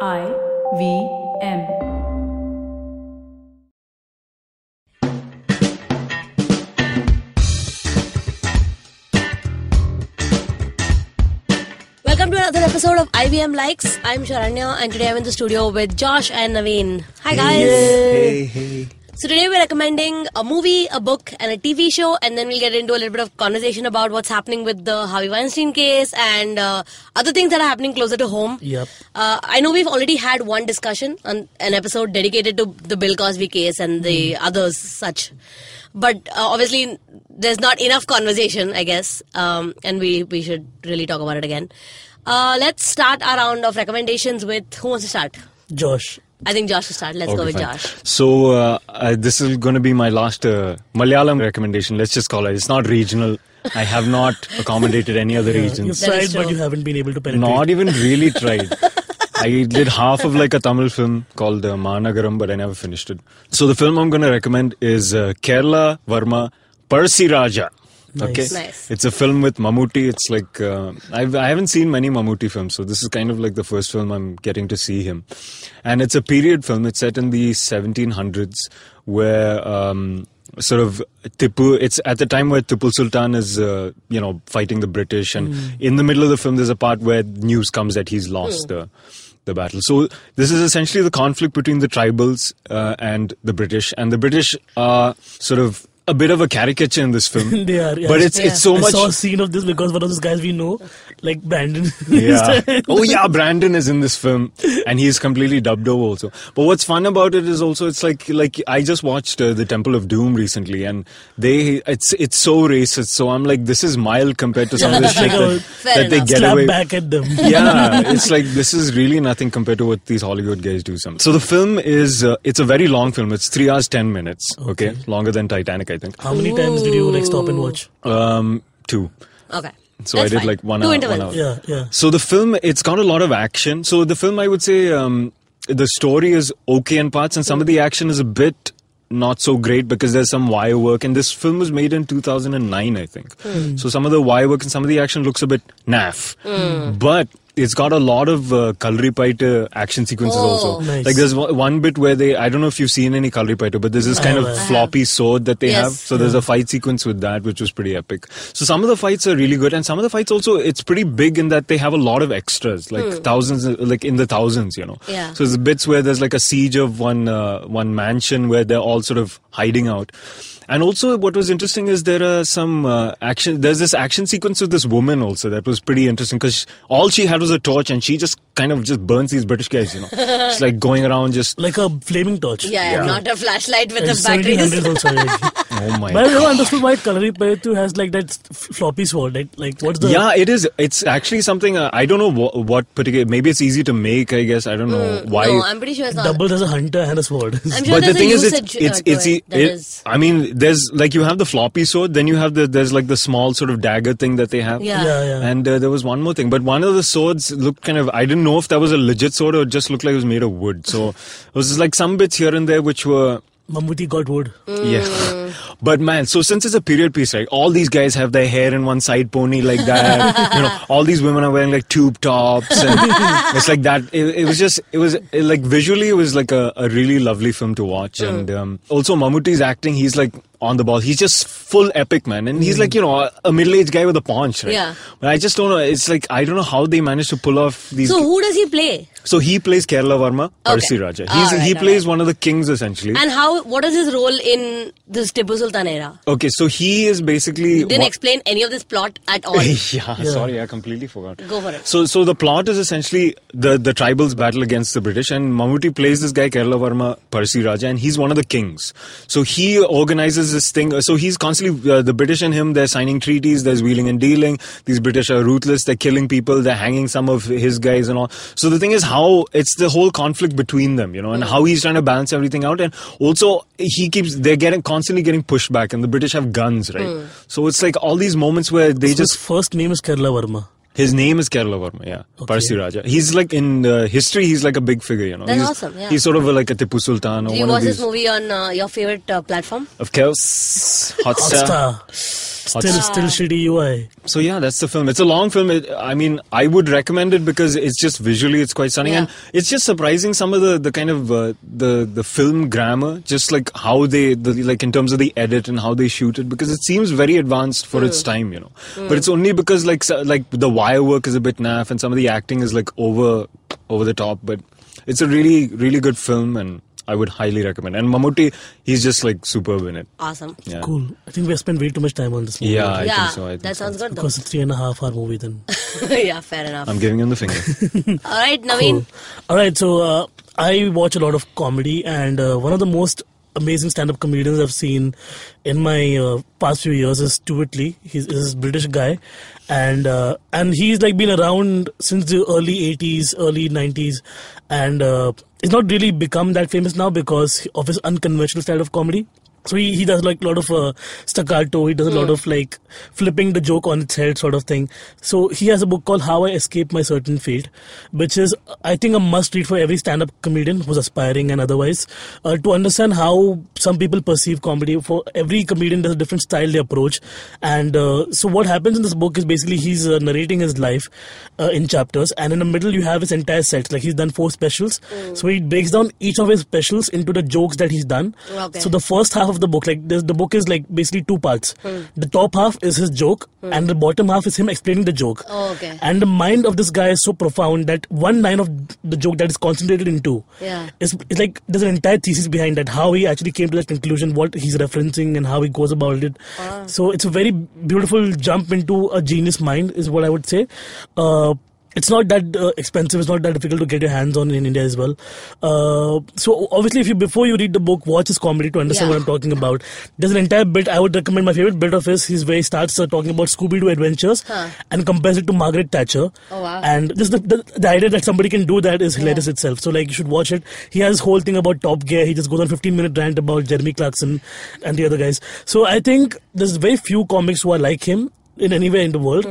I V M. Welcome to another episode of IBM Likes. I'm Sharanya and today I'm in the studio with Josh and Naveen. Hi guys. Hey, hey. So today we're recommending a movie, a book and a TV show and then we'll get into a little bit of conversation about what's happening with the Harvey Weinstein case and uh, other things that are happening closer to home. Yep. Uh, I know we've already had one discussion on an episode dedicated to the Bill Cosby case and the Hmm. others such. But uh, obviously, there's not enough conversation, I guess, um, and we, we should really talk about it again. Uh, let's start our round of recommendations with who wants to start? Josh. I think Josh should start. Let's go Okay, with fine. Josh. So uh, uh, this is going to be my last uh, Malayalam recommendation. Let's just call it. It's not regional. I have not accommodated any other You've regions. That is tried, but true. you haven't been able to penetrate. Not even really tried. I did half of like a Tamil film called uh, Managaram, but I never finished it. So the film I'm going to recommend is uh, Kerala Varma Percy Raja. Okay, Nice. it's a film with Mammootty. It's like uh, I've, I haven't seen many Mammootty films, so this is kind of like the first film I'm getting to see him, and it's a period film. It's set in the 1700s, where um, sort of Tipu. It's at the time where Tipu Sultan is uh, you know fighting the British, and in the middle of the film, there's a part where news comes that he's lost. the the battle. So this is essentially the conflict between the tribals uh, and the British, and the British are sort of a bit of a caricature in this film. They are, yeah. but it's it's so I much. saw a scene of this because one of those guys we know, like Brandon. yeah. oh yeah, Brandon is in this film, and he's completely dubbed over also. But what's fun about it is also it's like like I just watched uh, the Temple of Doom recently, and they it's it's so racist. So I'm like, this is mild compared to some of the It's like shit that, a- that they Fair get Slap away. back at them. yeah, it's like this is really nothing compared to what these Hollywood guys do. Some so the film is uh, it's a very long film. It's three hours ten minutes. Okay, longer than Titanic, I think. How many times did you like stop and watch? Um, two. Okay. So That's I did fine. like one Two hour. intervals. One hour. Yeah, yeah. So the film, it's got a lot of action. So the film, I would say, um, the story is okay in parts, and some of the action is a bit not so great because there's some wire work. And this film was made in 2009, I think. Hmm. So some of the wire work and some of the action looks a bit naff, Hmm. but. It's got a lot of uh, Kalripaita action sequences Oh. also. Nice. Like there's one one bit where they, I don't know if you've seen any Kalripaita, but there's this kind of have, I have. floppy sword that they Yes. have. So there's a fight sequence with that, which was pretty epic. So some of the fights are really good, and some of the fights also it's pretty big in that they have a lot of extras, like thousands, like in the thousands, you know. Yeah. So there's bits where there's like a siege of one uh, one mansion where they're all sort of hiding out, and also what was interesting is there are some uh, action. There's this action sequence with this woman also that was pretty interesting because all she had was a torch and she just kind of just burns these British guys, you know. She's like going around just Like a flaming torch. Yeah, Yeah. not a flashlight with And the batteries. 1700s also, yeah. oh my. But I never understood why Kalari Payatu has like that f- floppy sword. Like, like what's the yeah it is it's actually something uh, i don't know wha- what particular maybe it's easy to make i guess i don't know why Mm, No, I'm pretty sure it's not. doubles as a hunter and a sword? I'm sure but the there's a thing is, usage it's it's uh, to it's, it, e- that it- is- I mean, there's like you have the floppy sword, then you have the there's like the small sort of dagger thing that they have. Yeah. yeah, yeah. And uh, there was one more thing, but one of the swords looked kind of. I didn't know if that was a legit sword or it just looked like it was made of wood. So it was just like some bits here and there which were Mammootty got wood. yeah. Hmm. But man, so since it's a period piece, right? All these guys have their hair in one side pony like that. you know, all these women are wearing like tube tops and it's like that. It, it was just, it was it, like visually, it was like a, a really lovely film to watch. Hmm. And um, also, Mammootty's acting, he's like on the ball. He's just full epic, man. And he's like, you know, a- a middle aged guy with a paunch, right? Hmm. Yeah. But I just don't know. It's like, I don't know how they managed to pull off these. So who does he play? So he plays Kerala Varma, Okay. Parsi Raja. All He's, right, he all plays right. one of the kings essentially. And how? What is his role in this Tipu Sultan era? Okay, so he is basically. Didn't wa- explain any of this plot at all. yeah, sorry, I completely forgot. Go for it. So, so the plot is essentially the the tribals battle against the British, and Mammootty plays this guy Kerala Varma Parsi Raja, and he's one of the kings. So he organizes this thing. So he's constantly uh, the British and him. They're signing treaties. There's wheeling and dealing. These British are ruthless. They're killing people. They're hanging some of his guys and all. So the thing is how it's the whole conflict between them, you know, and how he's trying to balance everything out, and also he keeps they're getting constantly getting pushed back, and the British have guns, right? So it's like all these moments where they His just first name is Kerala Varma. his name is Kerala Varma, yeah. Parsi Raja. He's like in uh, history, he's like a big figure, you know. That's he's, awesome, yeah. He's sort of like a Tipu Sultan or Did you one of watch these. this movie on uh, your favorite uh, platform? Of course, Hotstar. Hotstar. Hot Still, still shitty UI. so yeah, that's the film. It's a long film. It, I mean, I would recommend it because it's just visually it's quite stunning, and Yeah. it's just surprising some of the the kind of uh, the the film grammar, just like how they the, like in terms of the edit and how they shoot it, because it seems very advanced for its time, you know. But it's only because like so- like the wire work is a bit naff, and some of the acting is like over over the top. But it's a really really good film, and I would highly recommend. And Mammootty, he's just like superb in it. Awesome. Yeah. Cool. I think we have spent way too much time on this movie. Yeah, I yeah, think so. I think that so. sounds good Because it's three and a half hour movie then. though. yeah, fair enough. I'm giving him the finger. All right, Naveen. All right, so uh, I watch a lot of comedy, and uh, one of the most amazing stand-up comedians I've seen in my uh, past few years is Stuart Lee. He's, he's a British guy, and uh, and he's like been around since the early '80s, early '90s, and uh, he's not really become that famous now because of his unconventional style of comedy. So he, he does like a lot of uh, staccato. He does a lot of like flipping the joke on its head sort of thing. So he has a book called How I Escape My Certain Fate, which is I think a must read for every stand-up comedian who's aspiring and otherwise uh, to understand how some people perceive comedy. For every comedian, there's a different style they approach. And uh, so what happens in this book is basically he's uh, narrating his life uh, in chapters, and in the middle you have his entire set. Like he's done four specials, so he breaks down each of his specials into the jokes that he's done. Okay. So the first half of the book, like the, the book is like basically two parts. Hmm. The top half is his joke, and the bottom half is him explaining the joke. Oh, okay. And the mind of this guy is so profound that one line of the joke that is concentrated into Yeah. is it's like there's an entire thesis behind that, how he actually came to that conclusion, what he's referencing, and how he goes about it. Ah. So it's a very beautiful jump into a genius mind, is what I would say. Uh, it's not that uh, expensive. It's not that difficult to get your hands on in India as well. Uh, so obviously, if you before you read the book, watch his comedy to understand Yeah. what I'm talking about. There's an entire bit I would recommend. My favorite bit of his is where he starts uh, talking about Scooby Doo adventures Huh. and compares it to Margaret Thatcher. Oh, wow. And just the, the, the idea that somebody can do that is hilarious itself. So like you should watch it. He has whole thing about Top Gear. He just goes on 15 minute rant about Jeremy Clarkson and the other guys. So I think there's very few comics who are like him in anywhere in the world.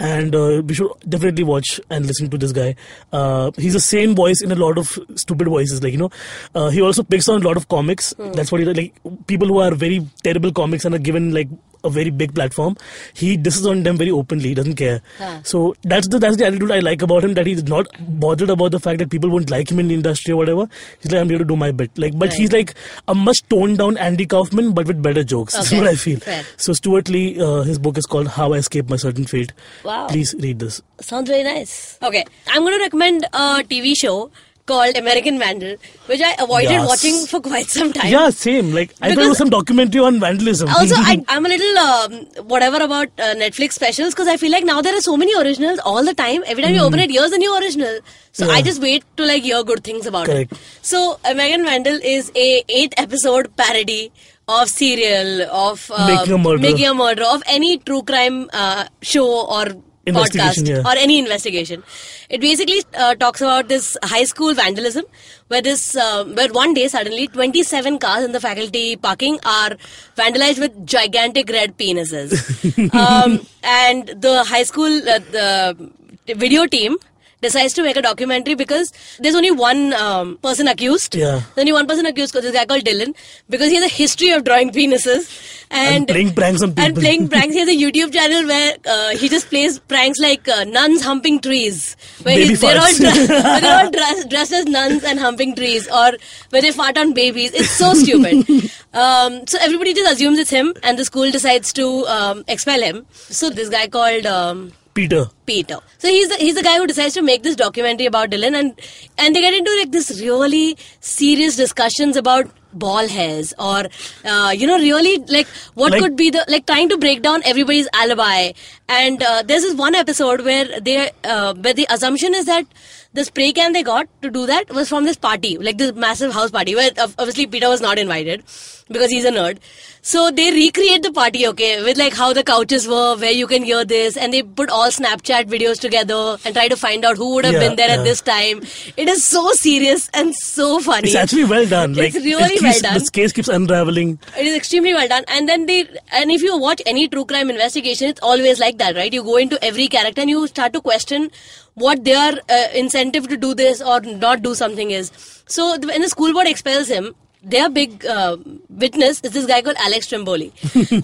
And uh, we should definitely watch and listen to this guy. Uh, he's a sane voice in a lot of stupid voices. Like you know, uh, he also picks on a lot of comics. That's what he like. People who are very terrible comics and are given like a very big platform. He disses on them very openly. He doesn't care. Huh. So that's the that's the attitude I like about him. That he's not bothered about the fact that people won't like him in the industry or whatever. He's like, I'm here to do my bit. Like, but Right. he's like a much toned down Andy Kaufman, but with better jokes. That's Okay. what I feel. Fair. So Stuart Lee, uh, his book is called How I Escaped My Certain Fate. Wow. Please read this. Sounds very nice. Okay, I'm going to recommend a TV show called American Vandal, which I avoided Yes. watching for quite some time. yeah, same. Like I thought it Because- was some documentary on vandalism. Also, I, I'm a little um, whatever about uh, Netflix specials because I feel like now there are so many originals all the time. Every time you open it, here's a new original. So I Yeah. just wait to like hear good things about Correct. it. So Megan Vandal is a eight episode parody of serial of uh, Making a Murderer. Making a Murderer, of any true crime uh, show or Investigation, podcast yeah. or any investigation. It basically uh, talks about this high school vandalism, where this uh, where one day suddenly 27 cars in the faculty parking are vandalized with gigantic red penises, um, and the high school uh, the video team decides to make a documentary because there's only one um, person accused. Yeah. There's only one person accused, this guy called Dylan, because he has a history of drawing penises and, And playing pranks on And people. playing pranks. He has a YouTube channel where uh, he just plays pranks like uh, nuns humping trees. Where Baby he- they're, all farts. dre- where they're all dressed, dressed as nuns and humping trees, or where they fart on babies. It's so stupid. Um, so everybody just assumes it's him, and the school decides to um, expel him. So this guy called. Um, Peter. Peter. So he's the, he's the guy who decides to make this documentary about Dylan, and and they get into like this really serious discussions about ball hairs or uh, you know really like what Like- could be the like trying to break down everybody's alibi. And uh, there's this one episode where they uh, where the assumption is that the spray can they got to do that was from this party, like this massive house party where ob- obviously Peter was not invited because he's a nerd. So they recreate the party, okay, with like how the couches were, where you can hear this, and they put all Snapchat videos together and try to find out who would have Yeah, been there at yeah. this time. It is so serious and so funny. It's actually well done. Like It's really it keeps, well done. This case keeps unraveling. It is extremely well done. And then they and if you watch any true crime investigation, it's always like that, right? You go into every character and you start to question what their uh, incentive to do this or not do something is. So th- when the school board expels him, their big uh, witness is this guy called Alex Tremboli,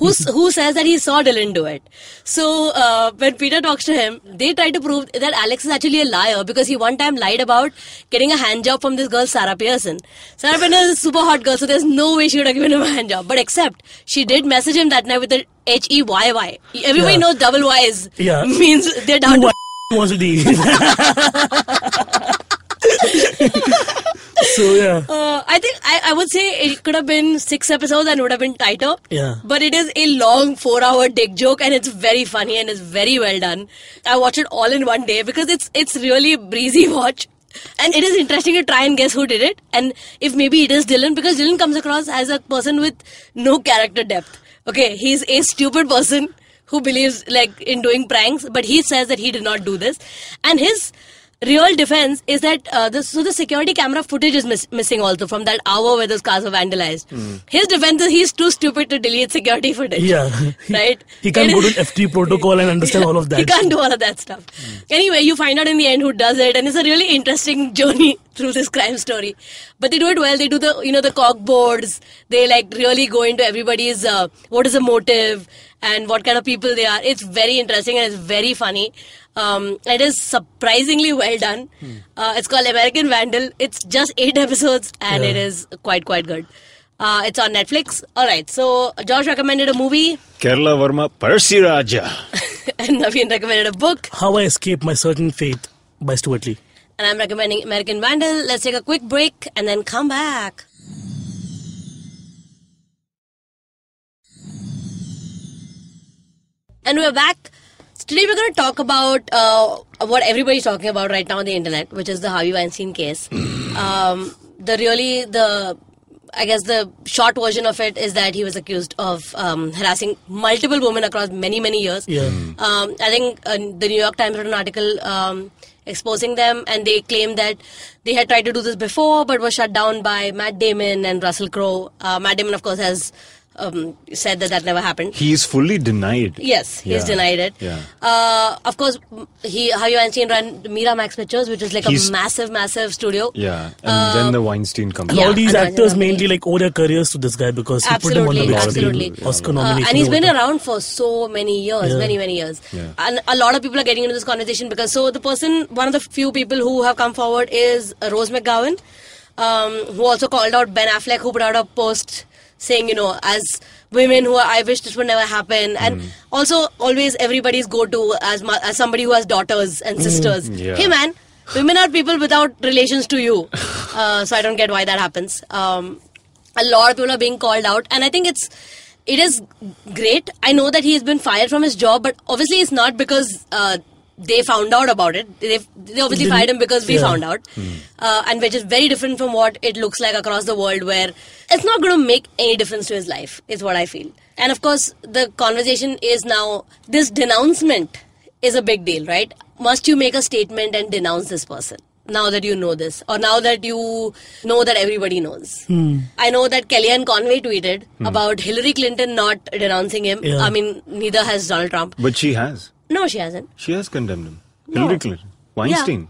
who s- who says that he saw Dylan do it. So uh, when Peter talks to him, they try to prove that Alex is actually a liar because he one time lied about getting a hand job from this girl Sarah Pearson. Sarah Pearson is a super hot girl, so there's no way she would have given him a hand job. But except she did message him that night with the H E Y Y. Everybody Yeah. knows double Y is Yeah. means they're down to was it he? so yeah, Uh, I think I, I would say it could have been six episodes and would have been tighter. Yeah. But it is a long four hour dick joke and it's very funny and it's very well done. I watched it all in one day because it's it's really a breezy watch. And it is interesting to try and guess who did it and if maybe it is Dylan because Dylan comes across as a person with no character depth. Okay, he's a stupid person who believes like in doing pranks, but he says that he did not do this. And his real defense is that uh, the, so the security camera footage is mis- missing also from that hour where those cars were vandalized. His defense is he's too stupid to delete security footage. Hmm. yeah. Right? He can't It go to is- an FT protocol and understand all of that. He can't do all of that stuff. Anyway, you find out in the end who does it, and it's a really interesting journey through this crime story. But they do it well. They do the you know the cock boards. They like really go into everybody's uh, what is the motive and what kind of people they are. It's very interesting and it's very funny. Um, it is surprisingly well done. Hmm. Uh, it's called American Vandal. It's just eight episodes, and Yeah. it is quite quite good. Uh, it's on Netflix. All right. So Josh recommended a movie, Kerala Verma Percy Raja. and Naveen recommended a book. How I Escape My Certain Fate by Stuart Lee. And I'm recommending American Vandal. Let's take a quick break and then come back. And we're back. So today we're going to talk about uh, what everybody's talking about right now on the internet, which is the Harvey Weinstein case. um, the really the I guess the short version of it is that he was accused of um, harassing multiple women across many many years. Yeah. Um, I think uh, the New York Times wrote an article um, exposing them, and they claimed that they had tried to do this before, but were shut down by Matt Damon and Russell Crowe. Uh, Matt Damon, of course, has um, said that that never happened. He's fully denied. Yes, he's Yeah. denied it. Yeah. Uh, of course, m- he Harvey Weinstein ran Miramax Pictures, which is like He's- a massive, massive studio. Yeah. And then the Weinstein And company. Uh, Yeah, all these and actors Rajamouli. mainly like owe their careers to this guy because he put him on the Absolutely, big absolutely. screen. Oscar Uh, nomination. and he's been or whatever. around for so many years, Yeah. many, many years. Yeah. And a lot of people are getting into this conversation because so the person, one of the few people who have come forward is uh, Rose McGowan, um, who also called out Ben Affleck, who put out a post saying, you know, as women who are, I wish this would never happen. And also, always everybody's go to as, mu- as somebody who has daughters and sisters. Yeah. Hey, man. Women are people without relations to you, uh, so I don't get why that happens. Um, a lot of people are being called out and i think it's it is great i know that he has been fired from his job but obviously it's not because uh, they found out about it they, they obviously Didn't- fired him because we yeah. found out uh, and which is very different from what it looks like across the world where it's not going to make any difference to his life is what i feel and of course the conversation is now this denouncement is a big deal right must you make a statement and denounce this person now that you know this or now that you know that everybody knows i know that kellyanne conway tweeted about hillary clinton not denouncing him Yeah. i mean neither has donald trump But she has. no she hasn't She has condemned him. No. Hillary Clinton. Weinstein.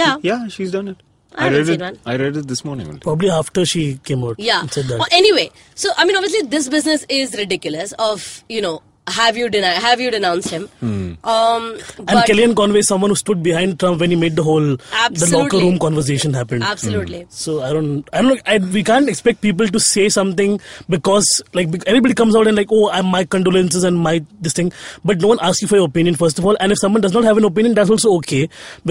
Yeah. Yeah, she's done it. I haven't read seen it. one. I read it this morning. only. Probably after she came out. Yeah. and Said that. Well, anyway, so I mean, obviously, this business is ridiculous. Of you know, have you deny, have you denounced him? Hmm. Um, and but Kellyanne Conway, is someone who stood behind Trump when he made the whole the locker Absolutely. room conversation happen. absolutely, Hmm. So I don't, I don't. I, we can't expect people to say something because like bec- everybody comes out and like, oh, I, my condolences and my this thing, but no one asks you for your opinion first of all. And if someone does not have an opinion, that's also okay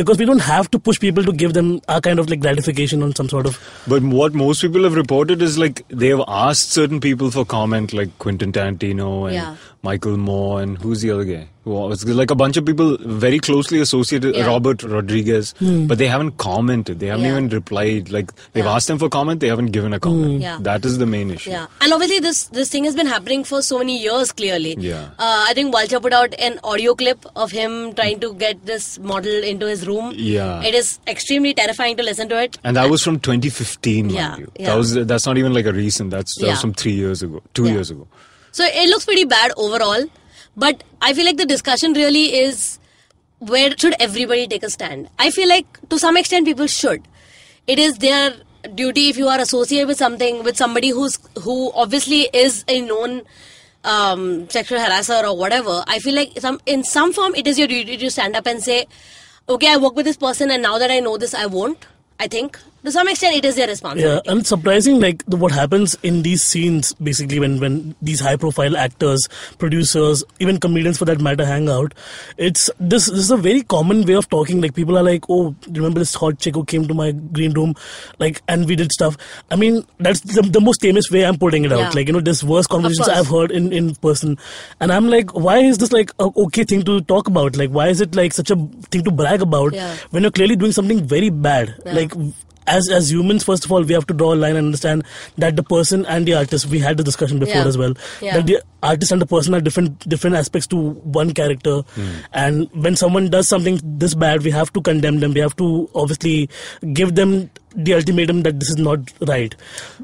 because we don't have to push people to give them our kind of like gratification on some sort of. But what most people have reported is like they have asked certain people for comment, like Quentin Tarantino and Yeah. Michael Moore, and who's the other guy? Who- It's like a bunch of people very closely associated, Yeah. Robert Rodriguez, but they haven't commented. They haven't Yeah. even replied. Like they've Yeah. asked them for comment, they haven't given a comment. Yeah. That is the main issue. yeah. And obviously, this this thing has been happening for so many years. Clearly, Yeah. Uh, I think Walcha put out an audio clip of him trying to get this model into his room. Yeah. it is extremely terrifying to listen to it. And that was from 2015, mind Yeah, you. yeah. That was that's not even like a recent. That's that Yeah. was from three years ago, two Yeah. years ago. So it looks pretty bad overall, but I feel like the discussion really is where should everybody take a stand? I feel like to some extent people should. It is their duty if you are associated with something with somebody who's who obviously is a known um, sexual harasser or whatever. I feel like some in some form it is your duty to stand up and say, okay, I work with this person, and now that I know this, I won't. I think to some extent it is their responsibility. Yeah, and it's surprising like the, what happens in these scenes basically when when these high profile actors, producers, even comedians for that matter hang out. It's this this is a very common way of talking. Like people are like, oh, do you remember this hot chick who came to my green room, like and we did stuff. I mean, that's the, the most famous way I'm putting it out. Yeah. Like you know, this worst conversations course. I've heard in in person, and I'm like, why is this like a okay thing to talk about? Like why is it like such a thing to brag about Yeah. when you're clearly doing something very bad? Like as as humans, first of all, we have to draw a line and understand that the person and the artist. We had the discussion before Yeah. as well Yeah. that the artist and the person are different different aspects to one character. And when someone does something this bad, we have to condemn them. We have to obviously give them the ultimatum that this is not right.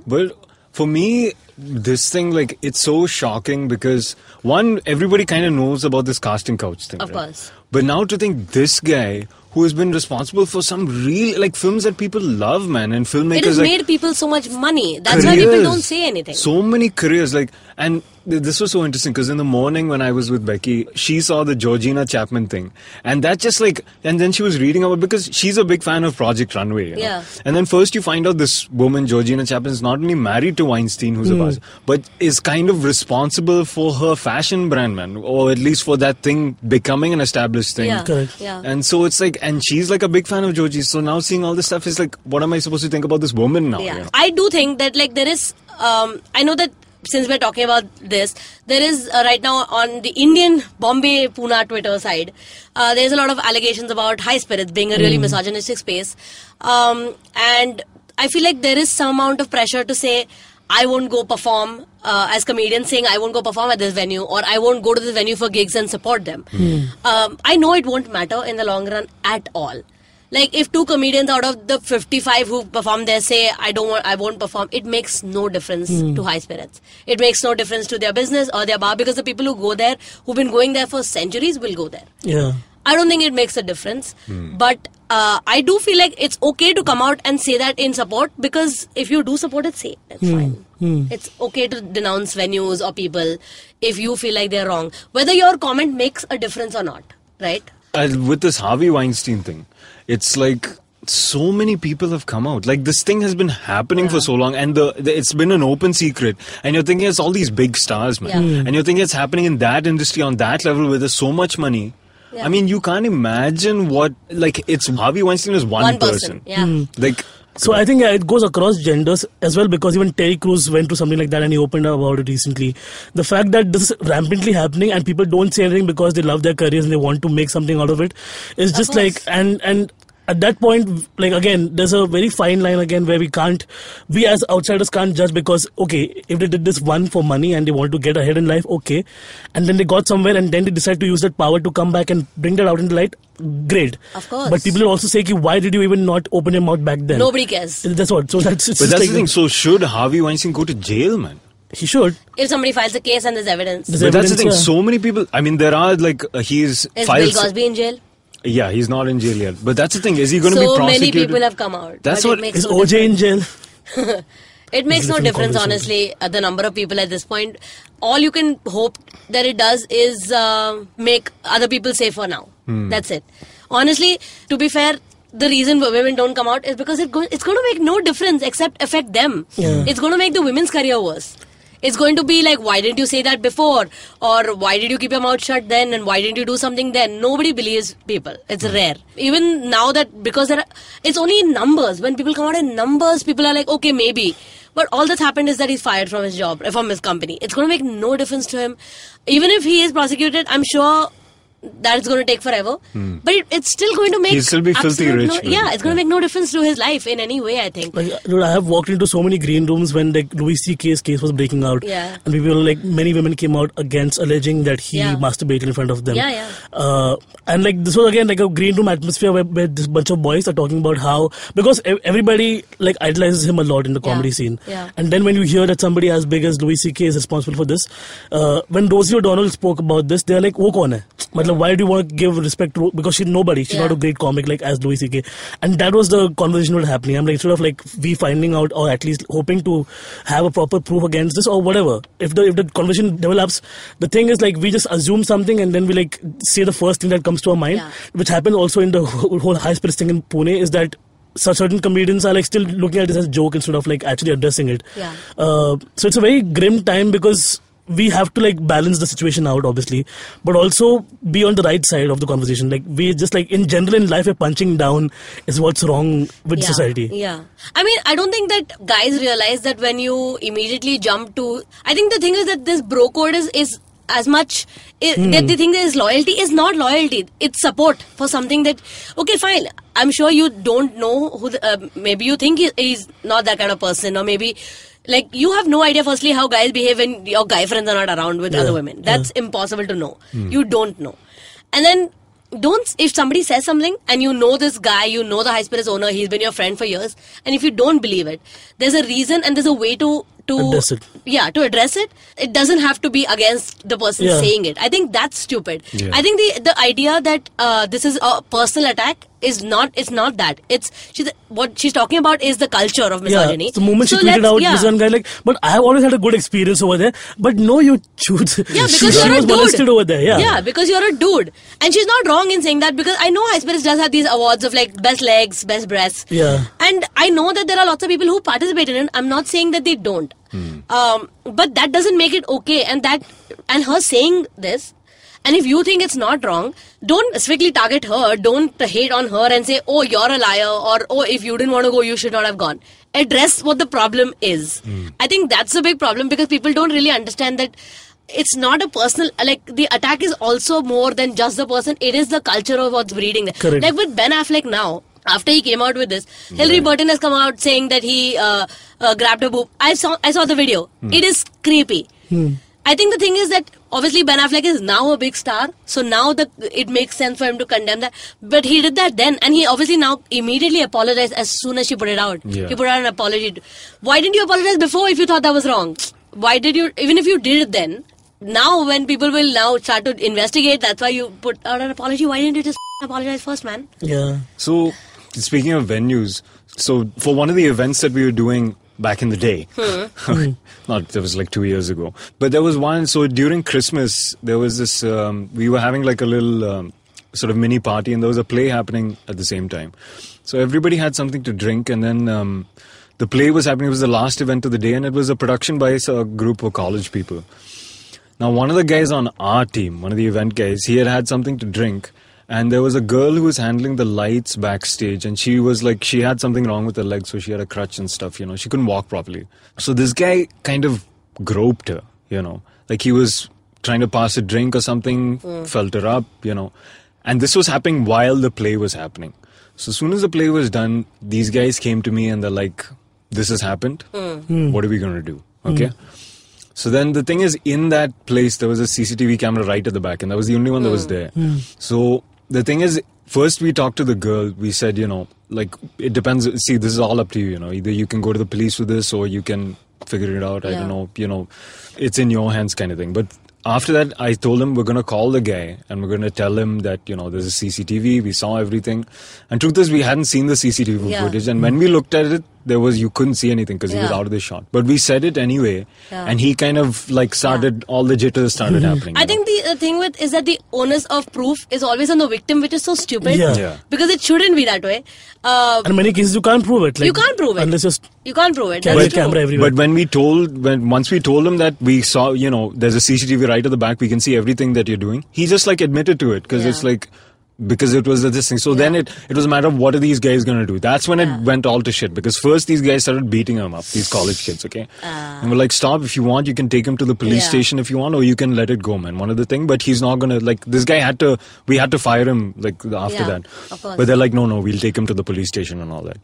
But for me, this thing like it's so shocking because one, everybody kind of knows about this casting couch thing. Of right? course. But now to think this guy who has been responsible for some real like films that people love, man, and filmmakers It has like, made people so much money. That's why people careers. don't say anything. So many careers, like, and th- this was so interesting because in the morning when I was with Becky, she saw the Georgina Chapman thing, and that just like, and then she was reading about because she's a big fan of Project Runway. you know. Yeah. And then first you find out this woman Georgina Chapman is not only married to Weinstein, who's a boss, but is kind of responsible for her fashion brand, man, or at least for that thing becoming an established thing. yeah, Correct. yeah. And so it's like, and she's like a big fan of Georgie. So now seeing all this stuff is like, what am I supposed to think about this woman now? you yeah know? i do think that like there is um i know that since we're talking about this there is uh, right now on the indian bombay pune twitter side uh, there's a lot of allegations about high spirits being a really misogynistic space um and i feel like there is some amount of pressure to say i won't go perform uh, as comedians saying i won't go perform at this venue or i won't go to this venue for gigs and support them um, i know it won't matter in the long run at all like if two comedians out of the 55 who perform there say i don't want i won't perform it makes no difference to high spirits it makes no difference to their business or their bar because the people who go there who've been going there for centuries will go there Yeah. i don't think it makes a difference but uh, i do feel like it's okay to come out and say that in support because if you do support it say that's fine it's okay to denounce venues or people if you feel like they're wrong whether your comment makes a difference or not right And with this Harvey Weinstein thing, it's like so many people have come out. Like this thing has been happening for so long, and the, the it's been an open secret. And you're thinking it's all these big stars, man. Yeah. And you're thinking it's happening in that industry on that level where there's so much money. Yeah. I mean, you can't imagine what like it's Harvey Weinstein is one, One person, yeah. Hmm. Like So I think yeah, it goes across genders as well because even Terry Crews went to something like that and he opened up about it recently. The fact that this is rampantly happening and people don't say anything because they love their careers and they want to make something out of it is just like and and at that point like again there's a very fine line again where we can't we as outsiders can't judge because okay if they did this one for money and they want to get ahead in life okay and then they got somewhere and then they decide to use that power to come back and bring that out in the light great Of course. but people will also say ki, why did you even not open your mouth back then nobody cares that's what. So that's. It's but just that's like the thing. So should Harvey Weinstein go to jail, man? He should. if somebody files a case and there's evidence There's But that's the thing. evidence, yeah. So many people. I mean, there are like uh, he's Is filed- Bill Cosby in jail? Yeah, he's not in jail yet. But that's the thing. Is he going to be So prosecuted? many people have come out. That's but what- it makes Is no OJ in jail? difference. It makes It's no different difference, conversation. honestly. Uh, the number of people at this point. All you can hope that it does is uh, make other people safer now. Hmm. That's it. Honestly, to be fair. The reason why women don't come out is because it go- it's going to make no difference except affect them. It's going to make the women's career worse. It's going to be like, why didn't you say that before? Or why did you keep your mouth shut then? And why didn't you do something then? Nobody believes people. It's Hmm. rare. Even now that because there are, it's only in numbers. When people come out in numbers, people are like, okay, maybe. But all that's happened is that he's fired from his job, uh, from his company. It's going to make no difference to him. Even if he is prosecuted, I'm sure that it's going to take forever. But it, it's still going to make. Hmm. He'll still be filthy absolute rich, no- man. yeah, it's going to make no difference to his life in any way. I think. Like, dude, I have walked into so many green rooms when like Louis C.K.'s case was breaking out. Yeah. And people were like, many women came out against alleging that he Yeah. masturbated in front of them. Yeah, yeah. Uh, and like this was again like a green room atmosphere where, where this bunch of boys are talking about how because ev- everybody like idolizes him a lot in the comedy scene. yeah. And then when you hear that somebody as big as Louis C.K. is responsible for this, uh, when Rosie O'Donnell spoke about this, they're like, "वो कौन है? मतलब why do you want to give respect to because she's nobody she's Yeah. not a great comic like as Louis C.K. and that was the conversation that was happening I'm like sort of like we finding out or at least hoping to have a proper proof against this or whatever if the if the conversation develops the thing is like we just assume something and then we like say the first thing that comes to our mind Yeah. which happened also in the whole whole high spirits thing in Pune is that so- certain comedians are like still looking at this as a joke instead of like actually addressing it. Yeah. Uh, so it's a very grim time because we have to like balance the situation out obviously but also be on the right side of the conversation like we just like in general in life we're punching down is what's wrong with yeah. society Yeah. I mean, I don't think that guys realize that when you immediately jump to. I think the thing is that this bro code is. is as much i Hmm. that they think there is loyalty is not loyalty it's support for something that okay fine i'm sure you don't know who the, uh, maybe you think he, he's not that kind of person or maybe like you have no idea firstly how guys behave when your guy friends are not around with other women that's impossible to know you don't know and then don't if somebody says something and you know this guy you know the high spirits owner he's been your friend for years and if you don't believe it there's a reason and there's a way to to Address it. yeah to address it it doesn't have to be against the person Yeah. saying it i think that's stupid Yeah. i think the the idea that uh, this is a personal attack is not it's not that it's she's what she's talking about is the culture of misogyny Yeah, the moment she So tweeted let's- out yeah. this one guy like, but I have always had a good experience over there. But no, you choose. Yeah, she because she you're a was dude. molested over there. Yeah, because you're a dude, and she's not wrong in saying that because I know High Spirits does have these awards of like best legs, best breasts. Yeah. and I know that there are lots of people who participate in it. I'm not saying that they don't, um, but that doesn't make it okay. And that, and her saying this. And if you think it's not wrong, don't strictly target her. Don't hate on her and say, "Oh, you're a liar," or "Oh, if you didn't want to go, you should not have gone." Address what the problem is. I think that's a big problem because people don't really understand that it's not a personal like the attack is also more than just the person it is the culture of what's breeding that. Correct. like with ben affleck now after he came out with this hillary burton has come out saying that he uh, uh, grabbed a boob i saw i saw the video it is creepy i think the thing is that obviously ben affleck is now a big star so now the it makes sense for him to condemn that but he did that then and he obviously now immediately apologized as soon as she put it out Yeah. he put out an apology why didn't you apologize before if you thought that was wrong why did you even if you did it then now when people will now start to investigate that's why you put out an apology why didn't you just apologize first man yeah. So, speaking of venues, so for one of the events that we were doing back in the day, not that was like two years ago, but there was one. So during Christmas, there was this. Um, we were having like a little um, sort of mini party, and there was a play happening at the same time. So everybody had something to drink, and then. Um, the play was happening. It was the last event of the day, and it was a production by a group of college people. Now, one of the guys on our team, one of the event guys, he had had something to drink, and there was a girl who was handling the lights backstage, and she was like, she had something wrong with her leg, so she had a crutch and stuff, you know, she couldn't walk properly. So this guy kind of groped her, you know, like he was trying to pass a drink or something, felt her up, you know, and this was happening while the play was happening. So as soon as the play was done, these guys came to me and they're like, this has happened. What are we going to do? Okay. So then the thing is, in that place, there was a CCTV camera right at the back, and that was the only one that Hmm. was there. So the thing is, first we talked to the girl. We said, you know, like, it depends. See, this is all up to you, you know. Either you can go to the police with this or you can figure it out. I Yeah. don't know, you know, it's in your hands kind of thing. But after that, I told him, we're going to call the guy and we're going to tell him that, you know, there's a CCTV. We saw everything. And truth is, we hadn't seen the CCTV Yeah. footage. And when we looked at it, there was, you couldn't see anything because he was Yeah. out of the shot. But we said it anyway. Yeah. And he kind of like started, all the jitters started happening. i you think the uh, thing with is that the onus of proof is always on the victim which is so stupid Yeah. Yeah. because it shouldn't be that way uh, And in many cases you can't prove it. Like, you can't prove it unless you're st- you can't prove it Carry That's the camera true. everywhere. But when we told, when once we told him that we saw, you know, there's a CCTV right at the back, we can see everything that you're doing. He just like admitted to it because Yeah. it's like because it was this thing. So then it it was a matter of what are these guys gonna do? That's when Yeah. it went all to shit because first these guys started beating him up, these college kids, okay, and we're like, stop if you want, you can take him to the police Uh. Yeah. station if you want, or you can let it go, man. One of the thing, but he's not gonna like this guy had to. We had to fire him like after Yeah, that, of course. but they're like, no, no, we'll take him to the police station and all that.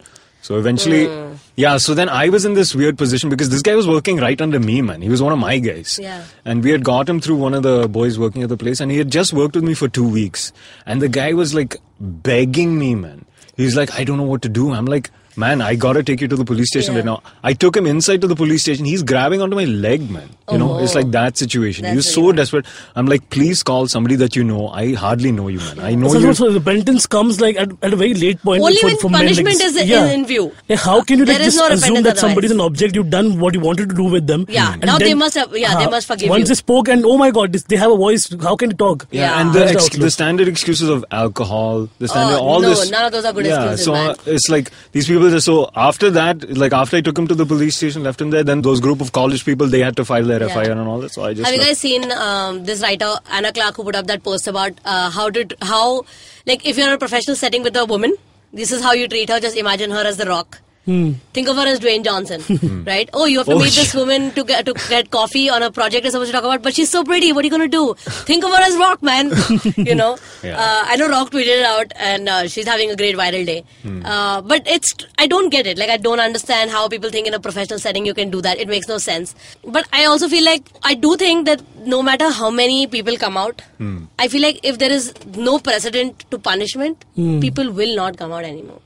So eventually, Hmm. yeah. So then I was in this weird position because this guy was working right under me, man. He was one of my guys. Yeah. And we had got him through one of the boys working at the place, and he had just worked with me for two weeks. And the guy was like begging me, man. He's like, I don't know what to do. I'm like, man, I gotta take you to the police station Yeah. right now. I took him inside to the police station. He's grabbing onto my leg, man. You know, it's Oh. like that situation. That's He was really so bad. desperate. I'm like, please call somebody that you know. I hardly know you, man. I know So, you. so repentance comes like at, at a very late point. Only for, when for men, like, punishment is in- yeah. in view. Yeah, how can you like, There is just no assume repentance that somebody's an otherwise. object? You've done what you wanted to do with them. Yeah, and now they then- must have- yeah, they Ah, must forgive Once you. they spoke and oh my god, this, they have a voice. How can they talk? Yeah, Yeah. and the, That's the ex- outlook. the standard excuses of alcohol, the standard all Oh, no, this. none of those are good yeah, excuses, so man. it's like these people. Are so after that, like after I took him to the police station, left him there. Then those group of college people, they had to file their Yeah. FIR and all that. So I just Have you left. guys seen um, this writer Anna Clark who put up that post about uh, how did how like if you're in a professional setting with a woman, this is how you treat her. Just imagine her as the Rock. Think of her as Dwayne Johnson, right? Oh, you have to Hmm. Oh, meet this woman to get to get coffee on a project you're supposed to talk about, but she's so pretty. What are you gonna do? Think of her as Rock, man. you know. Yeah. Uh, I know Rock tweeted it out, and uh, she's having a great viral day. Uh, but it's I don't get it. Like I don't understand how people think in a professional setting you can do that. It makes no sense. But I also feel like I do think that no matter how many people come out, I feel like if there is no precedent to punishment, people will not come out anymore.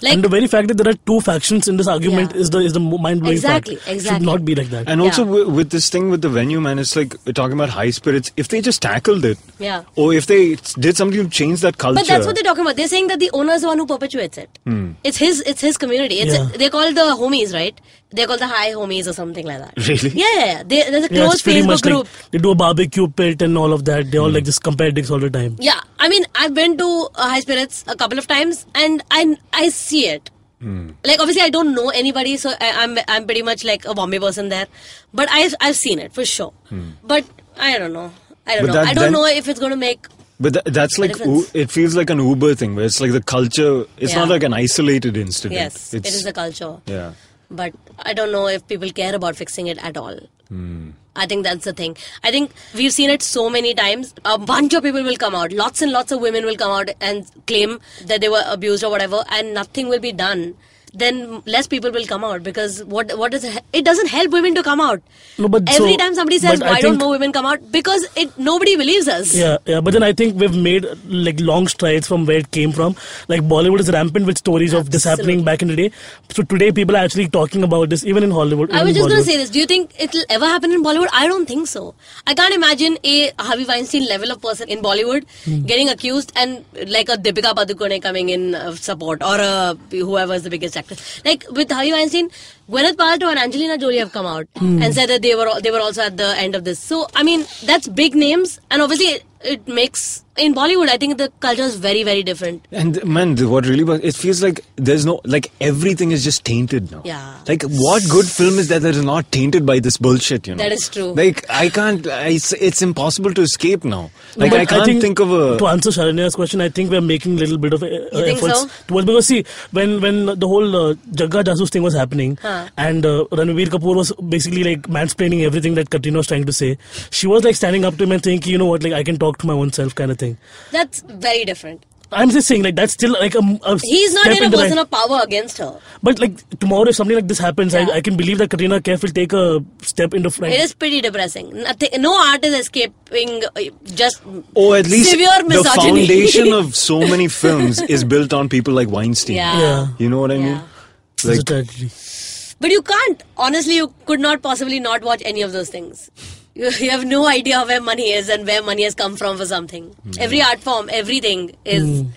Like and the very fact that there are two factions in this argument Yeah. is the is the mind blowing Exactly, fact. Should exactly. not be like that. And also Yeah. wi- with this thing with the venue, man, it's like we're talking about high spirits. If they just tackled it, Yeah. or if they did something to change that culture, But that's what they're talking about. They're saying that the owner is the one who perpetuates it. It's his. It's his community. It's Yeah. they call it the homies, right? They call the high homies or something like that. Really? Yeah, yeah, yeah. They, there's a yeah, it's closed pretty Facebook much group. like they do a barbecue pit and all of that. They all like just compare dicks all the time. yeah, I mean, I've been to uh, High Spirits a couple of times, and I I see it. Like obviously, I don't know anybody, so I, I'm I'm pretty much like a Bombay person there, but I've I've seen it for sure. But I don't know. I don't But know. that I don't then- know if it's going to make. But tha- that's like u- difference. it feels like an Uber thing, where it's like the culture. It's Yeah. not like an isolated incident. Yes, it's, it's, a culture. yeah. but I don't know if people care about fixing it at all. I think that's the thing. I think we've seen it so many times. A bunch of people will come out, lots and lots of women will come out and claim that they were abused or whatever, and nothing will be done. Then less people will come out because what what does it, it doesn't help women to come out. No, but every so- time somebody says but I why don't think- more women come out because it nobody believes us. Yeah, yeah, but then I think we've made uh, like long strides from where it came from. Like Bollywood is rampant with stories of this Absolutely. happening back in the day. So today people are actually talking about this, even in Hollywood. I even was in just going Bollywood. to say this. Do you think it'll ever happen in Bollywood? I don't think so. I can't imagine a Harvey Weinstein level of person in Bollywood Hmm. getting accused and like a Deepika Padukone coming in of support or a, whoever is the biggest actress. Like with Harvey Weinstein, Gwyneth Paltrow and Angelina Jolie have come out Hmm. and said that they were al- they were also at the end of this. So I mean that's big names and obviously it, it makes in Bollywood I think the culture is very very different. And man, th- what really was it feels like there's no like everything is just tainted now. Yeah. Like what good film is there that is not tainted by this bullshit? You know. That is true. Like I can't. I, it's, it's impossible to escape now. Like But I can't think, of a. To answer Sharanya's question, I think we're making little bit of uh, You think efforts so? towards because see, when when the whole uh, Jagga Jasus thing was happening, Huh. and uh, Ranveer Kapoor was basically like mansplaining everything that Katrina was trying to say, she was like standing up to him and thinking, you know what, like I can talk to my own self, kind of thing. That's very different. I'm just saying, like that's still like a, a He's not step in a the position right- of power against her. But like tomorrow, if something like this happens, Yeah. I, I can believe that Katrina Kaif will take a step in the front. It is pretty depressing. Nothing, no art is escaping uh, just Or oh, at least severe the misogyny. foundation of so many films is built on people like Weinstein. Yeah. Yeah. You know what I mean? Yeah. It's Like a tragedy. But you can't. Honestly, you could not possibly not watch any of those things. You, you have no idea where money is and where money has come from for something. Hmm. Every art form, everything is. Hmm.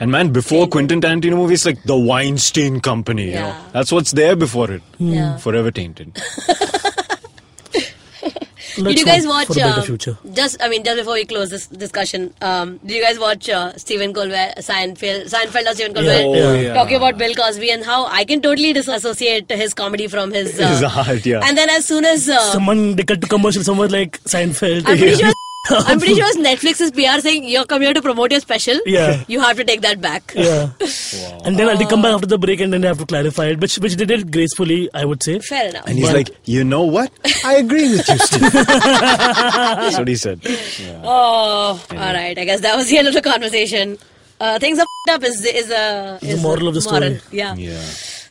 And man, before Quentin Tarantino movies, like the Weinstein Company, you know, Yeah. that's what's there before it. Yeah. Forever tainted. Did Let's you guys hope watch? for a better um, future? Just, I mean, just before we close this discussion, um, did you guys watch uh, Stephen Colbert, Seinfeld, Seinfeld or Stephen Colbert? Oh, yeah. yeah. Talking about Bill Cosby and how I can totally disassociate his comedy from his, uh, His art, yeah. And then as soon as uh, Someone they cut to commercial. Someone like Seinfeld. I'm pretty sure. I'm pretty sure it's Netflix's PR saying you come here to promote your special. Yeah. You have to take that back. Yeah. And then they come back after the break and then they have to clarify it, which which they did gracefully, I would say. Fair enough. And he's But- like, you know what? I agree with you, Steve. That's what he said. Yeah. Oh, all right. I guess that was the end of the conversation. Uh, things are fed up is is a The moral of the story. Yeah. yeah. Yeah.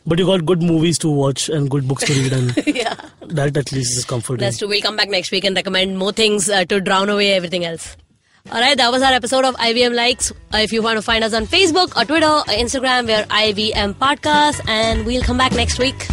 But you got good movies to watch and good books to read, and Yeah, that at least is comforting. that's true. We'll come back next week and recommend more things uh, to drown away everything else. All right, that was our episode of IBM Likes. Uh, if you want to find us on Facebook or Twitter or Instagram, we're IBM Podcast, and we'll come back next week.